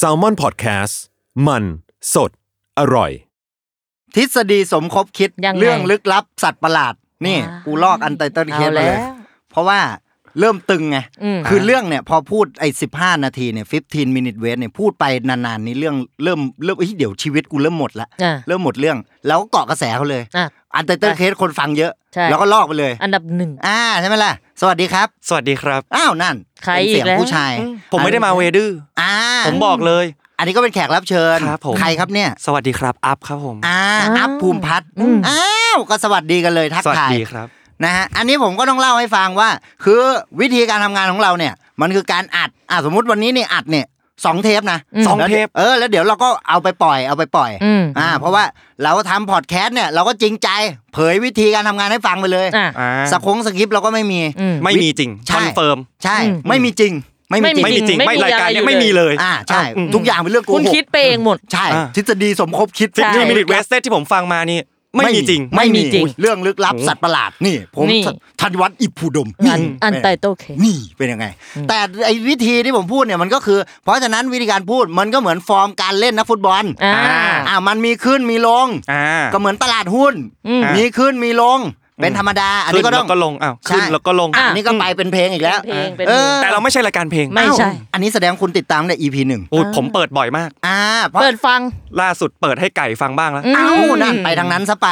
s a l m o n PODCAST มันสดอร่อย ทฤษฎีสมคบคิด ยังไง เรื่องลึกลับสัตว์ประหลาด นี่ อ่ากู กูลอกอันไตเติลเคส เอาแล้ เล วย เพราะว่าเริ่มตึงไง อืม คือเรื่องเนี่ยพอพูดไอ้สิบห้านาทีเนี่ย 15 minute wait เนี่ยพูดไปนานๆนี่เรื่องเริ่มเริ่มเอ้ยเดี๋ยวชีวิตกูเริ่มหมดละ อ่ะ เริ่มหมดเรื่อง แล้วก็เกาะกระแสเขาเลย อ่ะ อันไตเติลเคสคนฟังเยอะ ใช่ แล้วก็ลอกไปเลย อันดับหนึ่ง อ่าใช่ไหมล่ะ สวัสดีครับ สวัสดีครับ อ้าวนั่น ใคร เป็นเสียง อีกแล้ว ผู้ชาย ผมไม่ได้มาเวดื้อ อ่า อผมบอกเลย อันนี้ก็เป็นแขกรับเชิญ ครับผม ใครครับเนี่ย สวัสดีครับอัพครับผม อ่า อ้าว อัพภูมิพัฒน์ อืม อ้าวก็สวัสดีกันเลยทัก สวัส ทาย ดีครับ นะฮะอันนี้ผมก็ต้องเล่าให้ฟังว่า คือวิธีการทำงานของเราเนี่ย มันคือการอัดอ่ะสมมติวันนี้เนี่ยอัดเนี่ยสองเทปนะ อืมสองเทป แล้วเออแล้วเดี๋ยวเราก็เอาไปปล่อยเอาไปปล่อย อืม อ่าเพราะว่าเราทำพอดแคสต์เนี่ยเราก็จริงใจ เผยวิธีการทำงานให้ฟังไปเลย อ่ะ อ่า สคงสคริปต์เราก็ไม่มี อืม ไม่มีจริง ใช่ คอนเฟิร์ม ใช่ อืม ไม่มีจริง ไม่มีจริง ไม่มีจริง ไม่ ไม่ มี รายการเนี้ อะไรอยู่ ไม่มีเลย อ่าใช่ อืม ทุกอย่างเป็นเรื่องโกหก คุณคิดไปเองหมด ใช่ อ่า ทฤษฎีสมคบคิด สิบ ใช่ มินิเวสเซที่ผมฟังมานี่ ไม่มีจริง ไม่มี ไม่มีจริง เรื่องลึกลับ โอ้ สัตว์ประหลาดนี่ ผม นี่ ธัญวัฒน์อิพุดมนี่ อันอันไต เป็น โตเค นี่เป็นยังไง แต่ไอ้วิธีที่ผมพูดเนี่ยมันก็คือ เพราะฉะนั้นวิธีการพูดมันก็เหมือนฟอร์มการเล่นนักฟุตบอล อ่า อ่ามันมีขึ้นมีลง อ่า ก็เหมือนตลาดหุ้น อืม มีขึ้นมีลง เป็น อืม ธรรมดา อัน ขึ้ นี้ น ก็ แล้ ต้อ ว ง ก็ลงอ้าว ใช่ ขึ้นแล้วก็ลง อ่ะ อันนี้ก็ไปเป็นเพลงอีกแล้ว เพลงเป็น เออ แต่เราไม่ใช่รายการเพลง ไม่ ใช่ เอ้าอันนี้แสดงคุณติดตามตั้งแต่ EP หนึ่ง โอ้ยผมเปิดบ่อยมาก อ่าเพราะ เปิดฟัง ล่าสุดเปิดให้ไก่ฟังบ้างแล้ว เอ้านั่นไปทางนั้นซะไป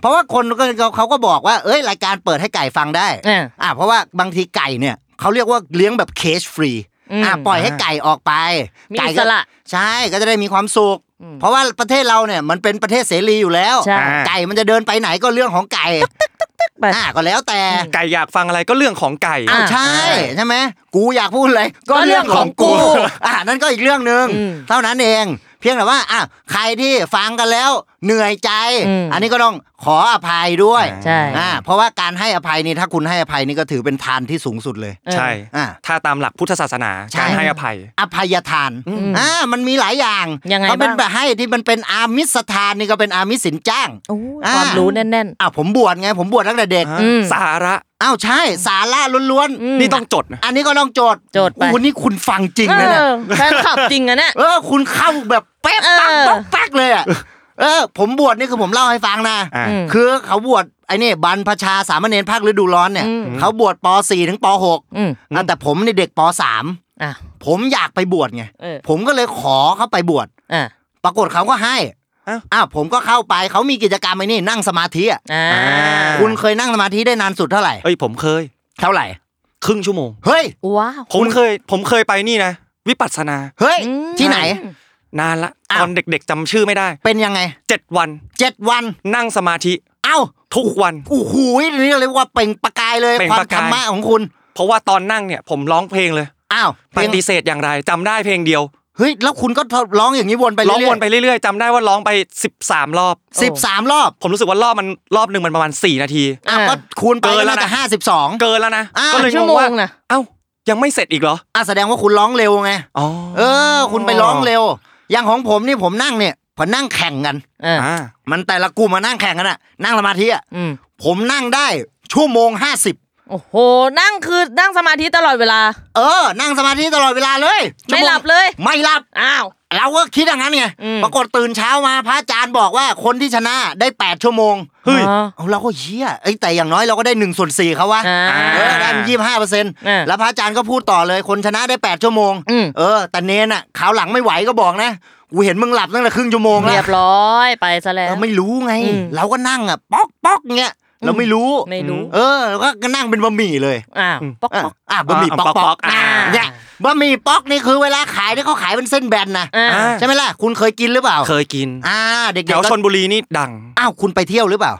เพราะว่าคนก็เขาก็บอกว่า เอ้ยรายการเปิดให้ไก่ฟังได้ อ่า อ่าเพราะว่าบางทีไก่เนี่ยเขาเรียกว่าเลี้ยงแบบเคชฟรี อืม อ่าปล่อยให้ไก่ออกไป มี ไก่ อิสระ ใช่ก็จะได้มีความสุข เพราะว่าประเทศเราเนี่ยมันเป็นประเทศเสรีอยู่แล้ว ใช่ ไก่มันจะเดินไปไหนก็เรื่องของไก่ ไป อ่าก็แล้วแต่ ไก่อยากฟังอะไรก็เรื่องของไก่ อ่ะ ใช่ใช่ไหมกูอยากพูดอะไรก็เรื่องของกูอ่านั่นก็อีกเรื่องหนึ่ง อืม เท่านั้นเอง เพียงแต่ว่าอ่ะใครที่ฟังกันแล้วเหนื่อยใจ อืม อันนี้ก็ต้องขออภัยด้วย ใช่ อ่าเพราะว่าการให้อภัยนี่ถ้าคุณให้อภัยนี่ก็ถือเป็นทานที่สูงสุดเลย เออ ใช่ อ่ะ ถ้าตามหลักพุทธศาสนา ใช่ การให้อภัย อภัยทานอ่ามันมีหลายอย่าง ยังไง เขาเป็น บ้าง แบบให้ที่มันเป็นอามิสทานนี่ก็เป็นอามิสสินจ้าง โอ้ย อ่า ความรู้แน่น อ่าผมบวชไงผมบวชตั้งแต่เด็ก อ่ะ อืม สาระ อ้าวใช่สาระล้วน อืม นี่ต้องจดนะ อันนี้ก็ต้องโจทย์ โจทย์ไป โอ้โหนี่คุณฟังจริง เอ นะเนี่ย อแฟนคลับจริงอะเนี่ย เออคุณเข้าแบบเป๊ะปัก เออ ปักปักเลยอ่ะเออ ผมบวชนี่คือผมเล่าให้ฟังนะ อ่ะ อืม คือเขาบวชไอ้นี่บรรพชาสามเณรภาคฤดูร้อนเนี่ย อืม เขาบวชป .4 ถึงป .6 อืม อ่ะแต่ผมในเด็กป .3 อ่ะ ผมอยากไปบวชไง เออ ผมก็เลยขอเข้าไปบวช อ่ะ ปรากฏเขาก็ให้ อ้าว อ้าวผมก็เข้าไปเขามีกิจกรรมไอ้นี่นั่งสมาธิอ่ะ อ่า อ่า คุณเคยนั่งสมาธิได้นานสุดเท่าไหร่ เอ้ยผมเคย เท่าไหร่ ครึ่งชั่วโมง เฮ้ย ว้าว ผมเคย ผมเคยไปนี่นะ วิปัสสนา เฮ้ย อืม ที่ไหน นานละ อ้าว ตอนเด็กๆจำชื่อไม่ได้ เป็นยังไง เจ็ดวัน เจ็ดวัน นั่งสมาธิ เอ้า ทุกวัน โอ้โหนี่เรียกว่าเปล่งประกายเลย เปล่ง ความ ประ ธ การย รมะของคุณ เพราะว่าตอนนั่งเนี่ยผมร้องเพลงเลย อ้าว ป เพลง ฏิเสธอย่างไรจำได้เพลงเดียว เฮ้ย แล้วคุณก็ร้องอย่างนี้วนไปเรื่ ร้ อ อง ย วนไปเรื่อยๆจำได้ว่าร้องไป 13 รอบ สิบสามรอบ ผมรู้สึกว่ารอบมันรอบหนึ่งมันประมาณ 4 นาที อ้าวก็คูณไป เกิน ก็ แล้ว น่าจะ นะ ห้าสิบสอง เกินแล้วนะ อ้าว ก็เลย ชั่ ง ว ง โม ว่าง นะ เอ้ายังไม่เสร็จอีกเหรอ อ่ะแสดงว่าคุณร้องเร็วไง อ๋อ เออ คุณไปร้องเร็ว อย่างของผมนี่ผมนั่งเนี่ยพอนั่งแข่งกัน เออ อ่า มันแต่ละกลุ่มมานั่งแข่งกันอะนั่งสมาธิอะ อืม ผมนั่งได้ชั่วโมงห้าสิบ โอ้โห นั่งคือนั่งสมาธิตลอดเวลา เออ นั่งสมาธิตลอดเวลาเลยชั่ว ไม่ โง หลับเลย ไม่หลับ อ้าว เราก็คิดอย่างนั้นไง อืม ปรากฏตื่นเช้ามาพระอาจารย์บอกว่าคนที่ชนะได้แปดชั่วโมง เฮ้ย อ๋อ เอาเราก็เฮียเอ้ยแต่อย่างน้อยเราก็ได้หนึ่งส่วนสี่เขาวะ อ่า เออได้ยี่ห้าเปอร์เซ็นต์ อ่า แล้วพระอาจารย์ก็พูดต่อเลยคนชนะได้แปดชั่วโมง อืม เออ แต่เนนอ่ะขาวหลังไม่ไหวก็บอกนะกูเห็นมึงหลับตั้งแต่ครึ่งชั่วโมงแล้ เรี วย บร้อยไปซะแล้ว เออไม่รู้ไง อืม เราก็นั่งอ่ะป๊อกป๊อกเงี้ยเราไม่รู้ ไม่รู้ เออแล้วก็ก็นั่งเป็นบะหมี่เลย อ้าวปอก อ่ะ ปอ่ะอกบะหมี่ อ่ะ ป๊อก ป๊ ป๊อ อกกๆอ่า เนี่ยบะหมี่ป๊อกนี่คือเวลาขายเนี่ยเขาขายเป็นเส้นแบนนะ อ่า ใช่ไหมล่ะ คุณเคยกินหรือเปล่า เคยกิน อ่าเด็ก แถว ๆ ช ก็ นบุรีนี่ดัง อ้าวคุณไปเที่ยวหรือเปล่า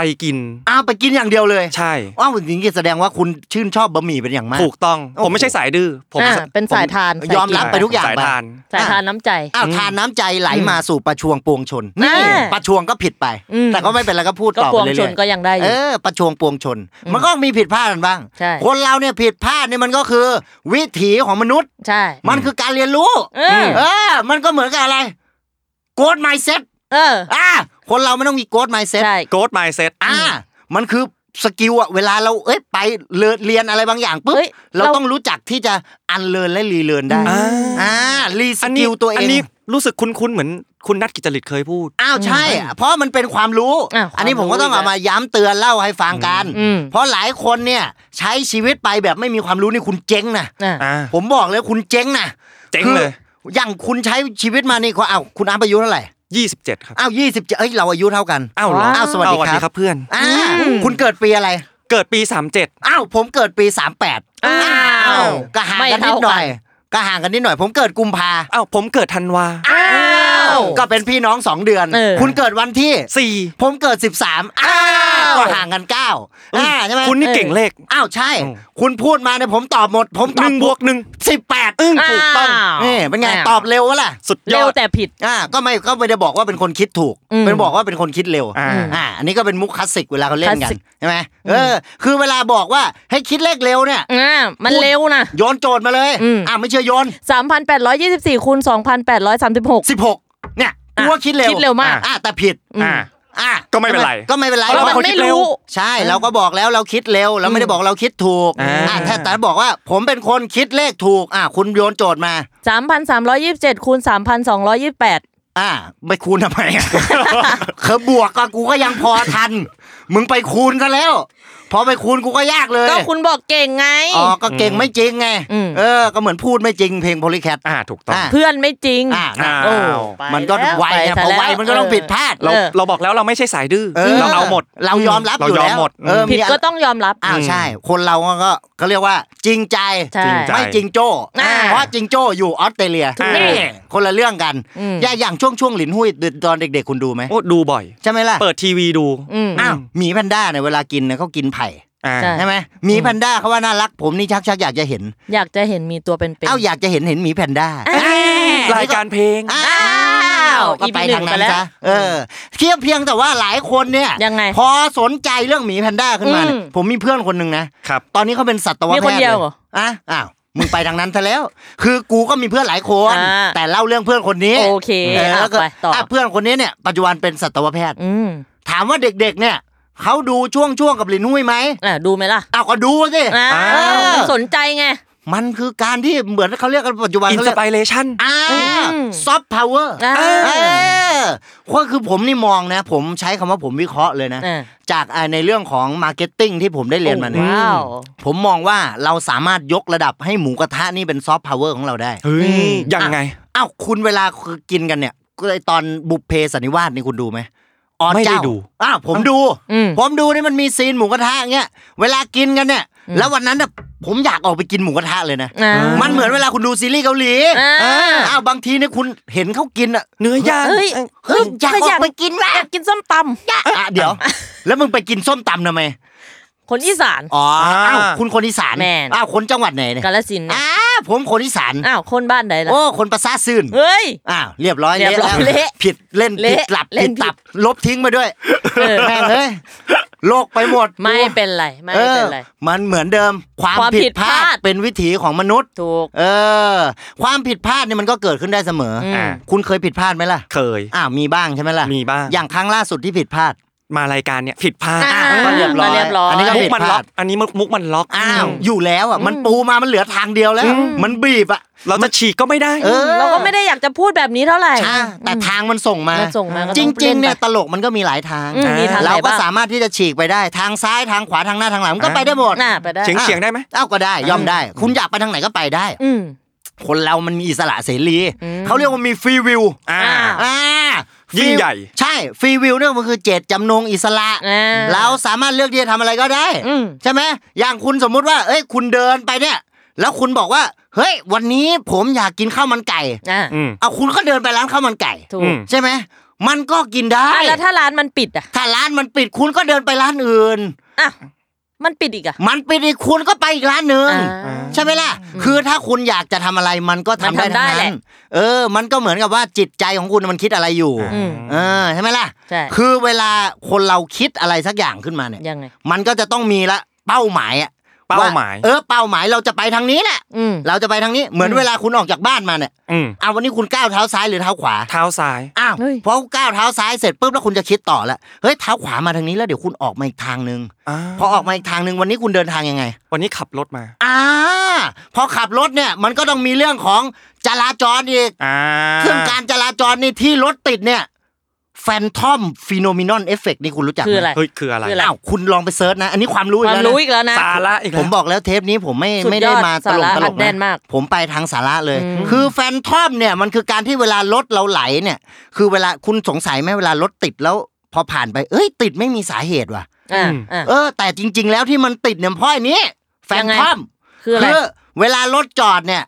ไป ไปกิน อ้าวไปกินอย่างเดียวเลย ใช่ อ้าวอย่างนี้แสดงว่าคุณชื่นชอบบะหมี่เป็นอย่างมาก ถูกต้อง โอ้โห ผมไม่ใช่สายดื้อ ผม อ่าเป็นสายทาน ยอมรับ สา ไป กิน ทุกอย่าง สาย ไป ทาน สายทานน้ำใจ อ้าวทานน้ำใจไหลมาสู่ประชวงปวงชน แน่ นี่ประชวงก็ผิดไป อืม แต่ก็ไม่เป็นไรก็พูด ก็ ต่อ ปว ไป ง เรื่ ชน อย ก็ยังได้อ ๆเอยู่ อประชวงปวงชน มันก็มีผิดพลาดกันบ้าง ใช่ คนเราเนี่ยผิดพลาดเนี่ยมันก็คือ วิถีของมนุษย์ ใช่ มันคือการเรียนรู้ เออ เออ มันก็เหมือนกับอะไรโกดไมเซ็ต เออ อ่าคนเราไม่ต้องมีโกดไมเซ็ต ใช่ โกดไมเซ็ต อ่า มันคือสกิลอะเวลาเราเอ้ยไปเรียนเรียนอะไรบางอย่างปุ๊บ เฮ้ย เรา เรา ต้องรู้จักที่จะอันเรียนและรีเรียนได้ อ่า อ่ารีส อัน กิ นี้ ลตัวเอง อันนี้รู้สึกคุ้นๆ เหมือนคุณนัทกิจจริตเคยพูด อ้าวใช่อะเพราะมันเป็นความรู้ อ่ะความ อันนี้ผมก็ต้อง รู้อี เอา กแล้ว มาย้ำเตือนเล่าให้ฟังกัน อืม เพราะหลายคนเนี่ยใช้ชีวิตไปแบบไม่มีความรู้นี่คุณเจ๊งนะ อ่ะ อ่า ผมบอกเลยคุณเจ๊งนะ เจ๊ง คือ เลย อย่างคุณใช้ชีวิตมานี่ก็อ้าวคุณอาอายุเท่าไหร่ ยี่สิบเจ็ดครับ อ้าวยี่สิบเอ้ยเราอายุเท่ากัน อ้าวเหรอ อ้าวสวัสดี เ ครับ เพื่อน อ่า อืม คุณเกิดปีอะไร เกิดปีสามเจ็ด อ้าวผมเกิดปีสามแปด อ้าว ก็ห่าง ไม่ กันนิดเท่ากัน หน่อยก็ห่างกันนิดหน่อย ผมเกิดกุมภา อ้าวผมเกิดธันวา อ้าวก็เป็นพี่น้องสองเดือน เออ คุณเกิดวันที่ สี่ ผมเกิด 13อ้าวก็ห่างกัน9อ่าใช่ไหม คุณนี่เก่งเลข อ้าวใช่ อืม คุณพูดมาเนี่ยผมตอบหมด ผมต ห อบ นึ่งบวกหนึ่ง สิบแปด อึ้ง อ้าว ถูกต้อง นี่เป็นไง าว ตอบเร็ววะล่ะ สุดย เร็ อ ว ด แต่ผิด อ่าก็ไม่ก็ไม่ได้บอกว่าเป็นคนคิดถูก อืม เป็นบอกว่าเป็นคนคิดเร็ว อ่า อ่าอันนี้ก็เป็นมุกคลาสสิกเวลาเขาเล่นกัน คลาสสิก ใช่ไหมเออ คือเวลาบอกว่าให้คิดเลขเร็วเนี่ย อ่ามันเร็วนะ โยนโจทย์มาเลย อืม อ่าไม่เชื่อโยน 3,824คูณ2,836 16 เนี่ยกูว่าคิดเร็ว คิดเร็วมาก อ่าแต่ผิด อืม อ่า อ่า ก็ไม่เป็นไร ก็ไม่เป็นไร เพราะ เรามัเป็น นคนคิ ไม่ ดเร็ว รู้ ใช่เราก็บอกแล้วเราคิดเร็วเราไม่ได้บอกเราคิดถูก อ่า อ่าแต่แต่บอกว่าผมเป็นคนคิดเลขถูกอ่าคุณโยนโจทย์มา 3,327คูณ3,228 อ่าไปคูณทำไม อ่ะ คือบวกก็กูก็ยังพอทัน มึงไปคูณกันแล้ว พอไปคูณกูก็ยากเลย ก็คุณบอกเก่งไง อ๋อก็เก่งไม่จริงไง อืม เออ ก็เหมือนพูดไม่จริงเพลงโพลิแคท อ่าถูกต้อง อ่า เพื่อนไม่จริง อ่านะ อ้าว ไป มันก็ แล้ว ไว ไป นะ ซะ พอไว แล้ว มันก็ต้อง เออ ผิดพลาด เรา เออ เราบอกแล้วเราไม่ใช่สายดื้อเราเอาหมด เรายอมรับ เรา อยู่ ยอม แล้ว หมด เออ ผิด มีะ ก็ต้องยอมรับ อ้าวใช่ คนเราก็เขาเรียกว่าจริงใจ ใช่ จริงจั ไม่จิงโจ้ อ่า เพราะจิงโจ้อยู่ออสเตรเลีย ถูก นี่คนละเรื่องกัน อืม อย่าอย่างช่วงช่วงหลินหุ้ยตอนเด็กๆคุณดูไหม โอ้ดูบ่อย ใช่ไหมล่ะ เปิดทีวีดู อืม อ้าวหมีแพนด้าเนี่ยเวลากินเนี่ยเขากินไผ่ อ่า ใช่ ใช่ไหมหมีแพนด้าเขาว่าน่ารักผมนี่ชักชักอยากจะเห็น อยากจะเห็นมีตัวเป็นๆ เอ้าอยากจะเห็นเห็นหมีแพนด้า อ้าว เอ้ รายการเพลง อ้าวก็ไป EP ทางนั้นหนึ่งไปแล้ว ซะเออเทียบเพียงแต่ว่าหลายคนเนี่ย ยังไง พอสนใจเรื่องหมีแพนด้าขึ้นมาเนี่ย อืม ผมมีเพื่อนคนหนึ่งนะ ครับ ตอนนี้เขาเป็นสัตวแพทย์ มีคนเดียวเหรอ ลอ่ะอ้าว มึงไปทางนั้นซะแล้ว คือกูก็มีเพื่อนหลายคน อ่า แต่เล่าเรื่องเพื่อนคนนี้ โอเค เออ อ่ะ แล้วก็ ไปต่ออ อ่ะเพื่อนคนนี้เนี่ย ปัจจุบันเป็นสัตวแพทย์ อืม ถามว่าเด็กๆ เนี่ยเขาดูช่วงช่วงๆกับลินหุ้ยไหม อ่ะดูไหมล่ะ อ้าวก็ดูสิ อ้า เออ วสนใจไง มันคือการที่เหมือนเขาเรียกกันปัจจุบัน อิน เขา ส เรียก ปิเรชัน อ่า อืม ซอฟต์พาวเวอร์ อ่า เออก็คือผมนี่มองนะ ผมใช้คำว่าผมวิเคราะห์เลยนะ อ่ะ จากอ่าในเรื่องของมาร์เก็ตติ้งที่ผมได้เรียนมาเนี่ย ว้าว ผมมองว่าเราสามารถยกระดับให้หมูกระทะนี่เป็นซอฟต์พาวเวอร์ของเราได้ เฮ้ย ยังไง อ้าวคุณเวลาคือกินกันเนี่ยก็ไอ้ตอนบุพเพสันนิวาสนี่คุณดูไหมอ๋อ ไม่ได้ เจ้า ดู อ้าวผมดู อืม ผมดูนี่มันมีซีนหมูกระทะเงี้ย เวลากินกันเนี่ย อืม แล้ววันนั้นน่ะผมอยากออกไปกินหมูกระทะเลยนะ อ่ะ มันเหมือนเวลาคุณดูซีรีส์เกาหลี อ่า อ้าวบางทีเนี่ยคุณเห็นเขากินอ่ะ เนื้อย่าง เฮ้ย เฮ้ยอยากอ เฮ้ยอยอาก ก ไปกินว่ะ อยากกินส้มตำ อ่ะเดี๋ยว แล้วมึงไปกินส้มตำทำไม คนอีสาน อ๋อ อ้าว อ่า คุณคนอีสาน แม่น อ้าวคนจังหวัดไหนเนี่ย กาลสินธุ์เนี่ย อ้าวผมคนอีสาน อ้าวคนบ้านไหนล่ะ โอ้ คนประสาทซื่น เฮ้ย อ้าวเรียบร้อย เรียบร้อย แล้ว เละ ผิดเล่น เละ ผิดหลับ เล่ ผิ น ดตับ ลบทิ้งมาด้วย เออ แม่งเอ้ยโลกไปหมด ไม่เป็นไรไม่ เอ เป็ อน ไร มันเหมือนเดิม ความ ความ ผิ ผิ ด ด พลา พลา ด ด เป็นวิถีของมนุษย์ ถูก เออ ความผิดพลาดเนี่ยมันก็เกิดขึ้นได้เสมออ ม อ่า คุณเคยผิดพลาดไหมล่ะ เคย อ้าวมีบ้างใช่ไหมล่ะ มีบ้าง อย่างครั้งล่าสุดที่ผิดพลาด มารายการเนี่ยผิดพลาด อ่ะ ะก็เรียบร้อย ก็เรียบร้อย นนี้ก็ มุก ผิด มัน พ ล็ ลา อก ด อันนี้มุกมันล็อก อ้าวอยู่แล้วอ่ะมันปูมามันเหลือทางเดียวแล้ว มันบีบอ่ะ เราจะฉีกก็ไม่ได้ เออ เราก็ไม่ได้อยากจะพูดแบบนี้เท่าไหร่ อ่ะแต่ทางมันส่งมา มันส่งมาก็ จ ต้อง ริงๆ ล่ เนี่ย ไป ตลกมันก็มีหลายทาง อืมมีทางไหน เราก็ บ้ง สามารถที่จะฉีกไปได้ทางซ้ายทางขวาทางหน้าทางหลังมันก็ อ่า ไปได้หมด น่าไปได้ เฉียงเฉียงๆได้ไหม เอ้าก็ได้ยอมได้ คุณอยากไปทางไหนก็ไปได้ อืม คนเรามันมีอิสระเสรี อืม เขาเรียกว่ามีฟรีวิว อ่า อ่า อ่า ยิ่งใหญ่ ใช่ฟรีวิวเนี่ยมันคือเจตจำนงอิสระ อ่า เราสามารถเลือกที่จะทำอะไรก็ได้ อืม ใช่ไหมอย่างคุณสมมุติว่า เอ้ยคุณเดินไปเนี่ย แล้วคุณบอกว่า เฮ้ย วันนี้ผมอยากกินข้าวมันไก่ อ่า อืม เอาคุณก็เดินไปร้านข้าวมันไก่ ถู อื ก ม ใช่ไหม มันก็กินได้ อ่ะแล้วถ้าร้านมันปิดอ่ะ ถ้าร้านมันปิดคุณก็เดินไปร้านอื่น อ่ะมันปิดอีกอ่ะ มันปิดอีกคุณก็ไปอีกร้านหนึ่ง อ่า ใช่ไหมล่ะ คือถ้าคุณอยากจะทำอะไรมันก็ทำ มัน ได้ ทำได้ ทั้ง แห นั้ ละ นเออ มันก็เหมือนกับว่าจิตใจของคุณมันคิดอะไรอยู่ อืม เออใช่ไหมล่ะ ใช่ คือเวลาคนเราคิดอะไรสักอย่างขึ้นมาเนี่ย ยังไง มันก็จะต้องมีละเป้าหมายอะ เป้าหมาย ว่เออเป้าหมายเราจะไปทางนี้แหละ อืม เราจะไปทางนี้เหมือนเวลาคุณออกจากบ้านมาเนี่ย อืม เอาวันนี้คุณก้าวเท้าซ้ายหรือเท้าขวา เท้าซ้าย อ้าว เฮ้ย พอก้าวเท้าซ้ายเสร็จปุ๊บแล้วคุณจะคิดต่อละเฮ้ยเท้าขวามาทางนี้แล้วเดี๋ยวคุณออกมาอีกทางนึง อ่า พอออกมาอีกทางนึงวันนี้คุณเดินทางยังไง วันนี้ขับรถมา อ่าพอขับรถเนี่ยมันก็ต้องมีเรื่องของจราจรอีก อ่า ซึ่งการจราจรนี่ที่รถติดเนี่ยแฟนทอมฟีโนมินอนเอฟเฟกนี่คุณรู้จักหม คืออะไร เฮ้ยคืออะไร คืออะไร อ้าวคุณลองไปเซิร์ชนะ อันนี้ความรู้ ค อีก วาม แล้ว รู้ นะ อีกแล้วนะ สาระอีกแล้ว ผมบอกแล้วเทปนี้ผมไม่ สุดยอด ไม่ได้มาตลก สาระ ตล อั ก ดแน่นมาก ผมไปทางสาระเลย อืม คือแฟนทอมเนี่ยมันคือการที่เวลารถเราไหลเนี่ย คือเวลาคุณสงสัยไหมเวลารถติดแล้ว พอผ่านไปเอ้ย ติดไม่มีสาเหตุว่ะ อ่า อืม อ่า เออ แต่จริง ๆ แล้วที่มันติดเนี่ยเพราะไอ้นี้แฟน ยังไง ทอม คืออะไร คือเวลารถจอดเนี่ย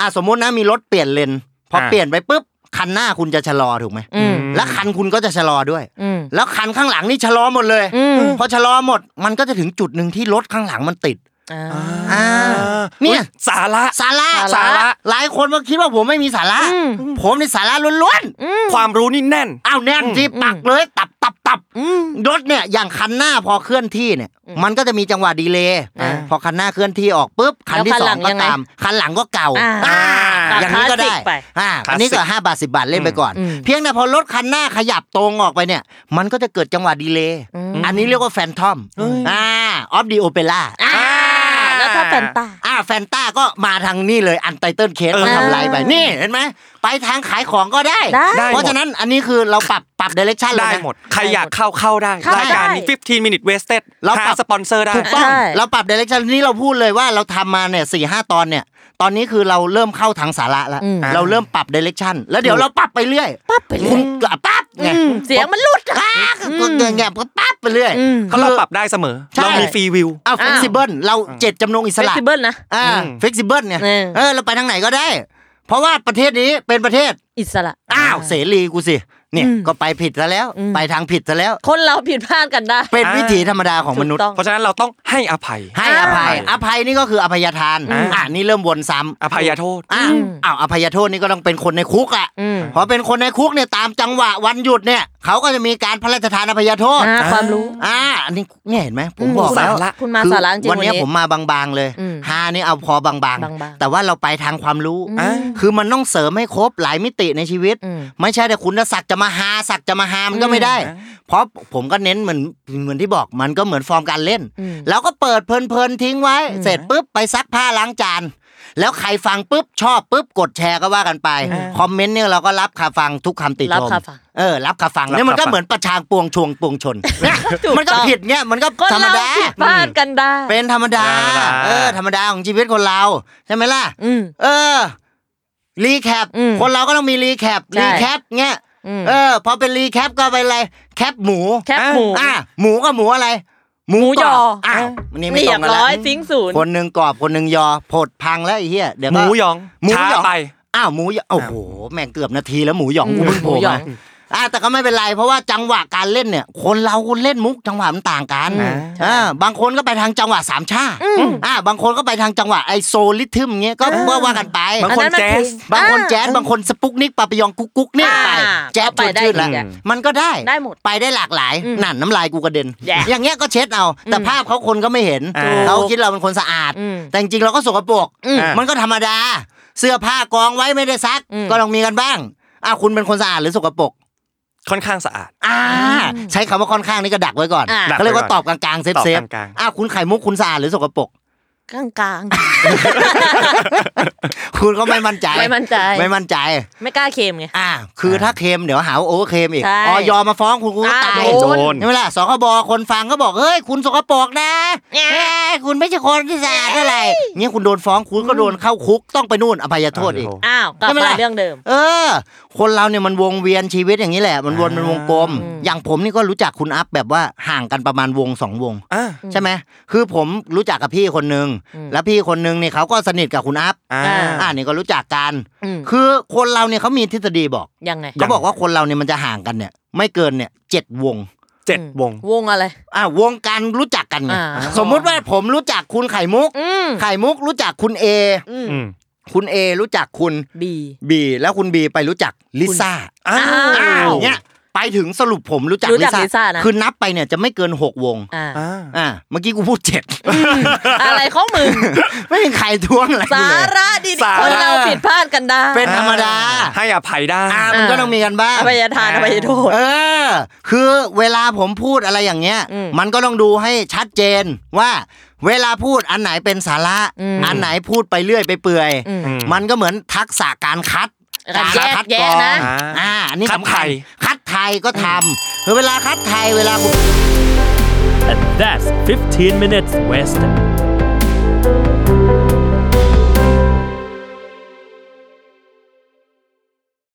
อ่ะสมมุตินะมีรถเปลี่ยนเลนพอ ฮะ เปลี่ยนไปปุ๊บคันหน้าคุณจะชะลอถูกไหม อืม แล้วคันคุณก็จะชะลอด้วย อืม แล้วคันข้างหลังนี่ชะลอหมดเลย อืม พอชะลอหมด มันก็จะถึงจุดหนึ่งที่รถข้างหลังมันติด อ่า อ่าเนี่ เนี่ย ยสาระ สาระ สาระ หลายคนมาคิดว่าผมไม่มีสาระ อืม ผมในสาระล้วน อืม ความรู้นี่แน่น ๆอ้าวแน่นจีปักเลยตับตับตับ อืม รถเนี่ยอย่างคันหน้าพอเคลื่อนที่เนี่ย มันก็จะมีจังหวะดีเลย์ อ่า พอคันหน้าเคลื่อนที่ออกปุ๊บคันที่ แล้วคัน ส หลั อง ง ก็ ยังไง ตามคันหลังก็เก่า อ่า อ่า อย่างนี้ก็ได้ คลาสสิไป อ่า คลาสสิก อันนี้ก็ห้าบาทสิบาทเล่นไปก่อน อืม เพียงแต่พอรถคันหน้าขยับตรงออกไปเนี่ย มันก็จะเกิดจังหวะดีเลย์ อืม อันนี้เรียกว่าแฟนทอมอ่าออฟดีโอเปร่าอ่า อ่าแล้วถ้าแฟนตา อ่าแฟนต้าก็มาทางนี่เลยอันไตเติลเคส เออ มาทำไรไป อ่านี่ นี่เห็นไหมไปทางขายของก็ได้ ได้ เพราะฉะนั้นอันนี้คือเราปรับปรับเดเรคชั่นเลย ได้ นะ หมด ใครอยากเข้าเข้าได้ เข้าร ายการ ได้ นี้ 15 minute wasted เราป หา รับ สปอนเซอร์ได้ ถูกต้อง ใช่ เราปรับเดเรคชั่นนี่เราพูดเลยว่าเราทำมาเนี่ยสี่ห้าตอนเนี่ย ตอนนี้คือเราเริ่มเข้าทางสาระแล้ว อืม เราเริ่มปรับเดเรคชั่นแล้วเดี๋ยวเราปรับไปเรื่อย ปั๊บไปเล คุ ย ณก็ปั๊บไง อืมเสียงมันหลุดอ่ะ อ่ะก็เงี้ยเงี้ยก็ปั๊บไปเรื่อย อืม เขาะเราปรับได้เสมอ ใช่ เรามีฟรีวิว อ้าวเฟกซิเบิลเราเจ็ดจำนงอิส เฟส ระ ติเบิลนะ อ่า อืม เฟกซิเบิลไง เออ เออเราไปทางไหนก็ได้ เพราะว่าประเทศนี้เป็นประเทศ อิสระ อ้าวเสรีกูสิ เนี่ย อืม ก็ไปผิดซะแล้ว อืม ไปทางผิดซะแล้ว คนเราผิดพลาดกันได้ เป็นวิถีธรรมดาของมนุษย์ ถูกต้อง เพราะฉะนั้นเราต้องให้อภัย ให้อภัย อ่า อภัยนี่ก็คืออภัยทาน อ่า อ่านี่เริ่มวนซ้ำ อภัยโทษ อ่า อืม อ้าวอภัยโทษนี่ก็ต้องเป็นคนในคุกอ่ะ อืม พอเป็นคนในคุกเนี่ยตามจังหวะวันหยุดเนี่ยเขาก็จะมีการพระราชทานอภัยโทษ อ่าความรู้ อ่าอันนี้เนี่ยเห็นไหมผม อืม บอกแล้ว สาระ คุณมา คือ สาระจริงๆ วัน วัน เนี้ นี้ ยผมมาบางๆเลย อืม ฮานี่เอาพอบาง บางๆ แต่ว่าเราไปทางความรู้ อ่า คือมันต้องเสริมให้ครบหลายมิติในชีวิต อืม ไม่ใช่แต่คุณศักดิ์จะมาฮาศักดิ์จะมาฮามันก็ไม่ได้ อืม เพราะผมก็เน้นเหมือนเหมือนที่บอกมันก็เหมือนฟอร์มการเล่น อืม แล้วก็เปิดเพลินๆทิ้งไว้ เสร็จปุ๊บไปซักผ้าล้างจาน แล้วใครฟังปุ๊บชอบปุ๊บกดแชร์ก็ว่ากันไป คอมเมนต์เนี่ยเราก็รับค่ะฟังทุกคำติชม รับค่ะฟัง เออรับค่ะฟัง รับ เนี่ยมันก็ ค่ะฟัง เหมือนประชางปวงชวงปวง ชน ถูต้อง มันก็ผิดเนี่ยมันก็ คน ธรรม เรา ดา ผิดพลาดกันได้ เป็นธรรมดา ธรรมดา เออ ธรรมดาของชีวิตคนเรา ใช่ไหมล่ะ อืม เออ รีแคป อืม คนเราก็ต้องมีรีแคป ใช่ รีแคปเงี้ย อืม เออ พอเป็นรีแคปก็ไปอะไร แคปหมู แคปหมู อ่ะ หมูก็หมูอะไร หมู หมูยอ อ้าว อ่ะ วันนี้ไม่ตรงกัน เรียบร้ ละ อยซิงค์ศูนย์ คนหนึ่งกรอบ คนหนึ่งยอผดพังแล้วไอ้เหี้ย เดี๋ยว ห ก็ มูหยอง หมูหยอง ช้าไป อ้าวหมูหยองโอ้โห แม่งเกือบนาทีแล้วหมูหยองกูเพิ่งโผล่ หมูหยอ มาง อ่ะแต่ก็ไม่เป็นไรเพราะว่าจังหวะการเล่นเนี่ย คนเราคนเล่นมุกจังหวะมันต่างกัน อืมใช่ อ่าบางคนก็ไปทางจังหวะสามชาอ่าบางคนก็ไปทางจังหวะไอโซลิทึมเงี้ยก็ว่าว่ากันไป บางคน อันนั้นมัน แจ๊ส ผิด บางคน อ่า แจ๊สบางคนสปุกนิกปาปยองกุ๊กกุ๊กเนี่ยไป อ่า แจ๊ส ก็ ช ไป วน ได้ ชื่นละ อีกอะ มันก็ได้ ได้หมด ไปได้หลากหลาย อืม นั่นน้ำลายกูกระเด็น แย่ อย่างเงี้ยก็เช็ดเอา แต่ อืม ภาพเขาคนก็ไม่เห็น ถูก เขาคิดเราเป็นคนสะอาด อืม แต่จริงๆเราก็สกปรก อืม มันก็ธรรมดา เสื้อผ้ากองไว้ไม่ได้ซัก อืม ก็ต้องมีกันบ้างอ้าวคุณเป็นคนสะอาดหรือสกปรก ค่อนข้างสะอาด อ่า ใช้คำว่าค่อนข้างนี่ก็ดักไว้ก่อน อ่า เขาเรียกว่าตอบกลางๆเซฟ ตอบ เซ ก ฟ ลางๆ อ้าวคุณไข่มุกคุณสะอาดหรือสกปรก กลางกลาง คุณก็ไม่มั่นใจ ไม่มั่นใจ ไม่มั่นใจ ๆไม่กล้าเค็มไง อ่า คือถ้าเค็มเดี๋ยวหาว่าโอเวอร์เค็มอีก ใช่ ออยมาฟ้องคุณคุณก็ อ่า ตาย โด น ใช่ไหมล่ะสคบคนฟังก็บอก เฮ้ย คุณสกปรกนะเอ้ยคุณไม่ใช่คนที่สะอาดเท่าไหร่เงี้ยคุณโดนฟ้องคุณก็โดนเข้าคุกต้องไปนู่นอภัยโทษอีก อ้าวกลับ ใช่ไหม มา ล่ะ เรื่องเดิม เออ คนเราเนี่ยมันวงเวียนชีวิตอย่างนี้แหละ มันวนเป็นวงกลม อืม อย่างผมนี่ก็รู้จักคุณอัพแบบว่าห่างกันประมาณวงสองวง อ่า ใช่ไหมคือผมรู้จักกับพี่คนนึง อืม แล้วพี่คนนึงเนี่ยเขาก็สนิทกับคุณอัพ อ่า อ่านี่ก็รู้จักกัน อืม คือคนเราเนี่ยเขามีทฤษฎีบอก ยังไง เขาบอกว่าคนเราเนี่ยมันจะห่างกันเนี่ย ไม่เกินเนี่ยเจ็ดวง เจ็ดวง วงอะไร อ่าวงการรู้จักกันไง อ่า สมมุติว่าผมรู้จักคุณไข่มุก อืม ไข่มุกรู้จักคุณเอ อืม อืม คุณเอรู้จักคุณ บี บีแล้วคุณบีไปรู้จักลิซ่า อ้า อ้าว วเนี่ยไปถึงสรุปผมรู้จัก รู้ ลิ จัก ซ่า ลิซ่านะ คือนับไปเนี่ยจะไม่เกินหกวง อ่า อ่า อ่าเมื่อกี้กูพูดเจ็ด อะไรของมึง ไม่มีใครทวงอะไรกู สา เลย ระดีๆคนเราผิดพลาดกันได้ เป็นธรรมดา ให้อภัยได้ อ่ามันก็ต้องมีกันบ้าง อภัยทานอภัยโทษ เออ คือเวลาผมพูดอะไรอย่างเงี้ย อืม มันก็ต้องดูให้ชัดเจนว่า เวลาพูดอันไหนเป็นสาระ อืม อันไหนพูดไปเรื่อยไปเปื่อย อืม อืม มันก็เหมือนทักษะการคัด การแยก คั แยะนะ อ่า อ่าอันนี้ คัด สำ ไท คัญ ย คัดไทยก็ทำคือเวลาคัดไทยเวลา And that's 15 minutes wasted.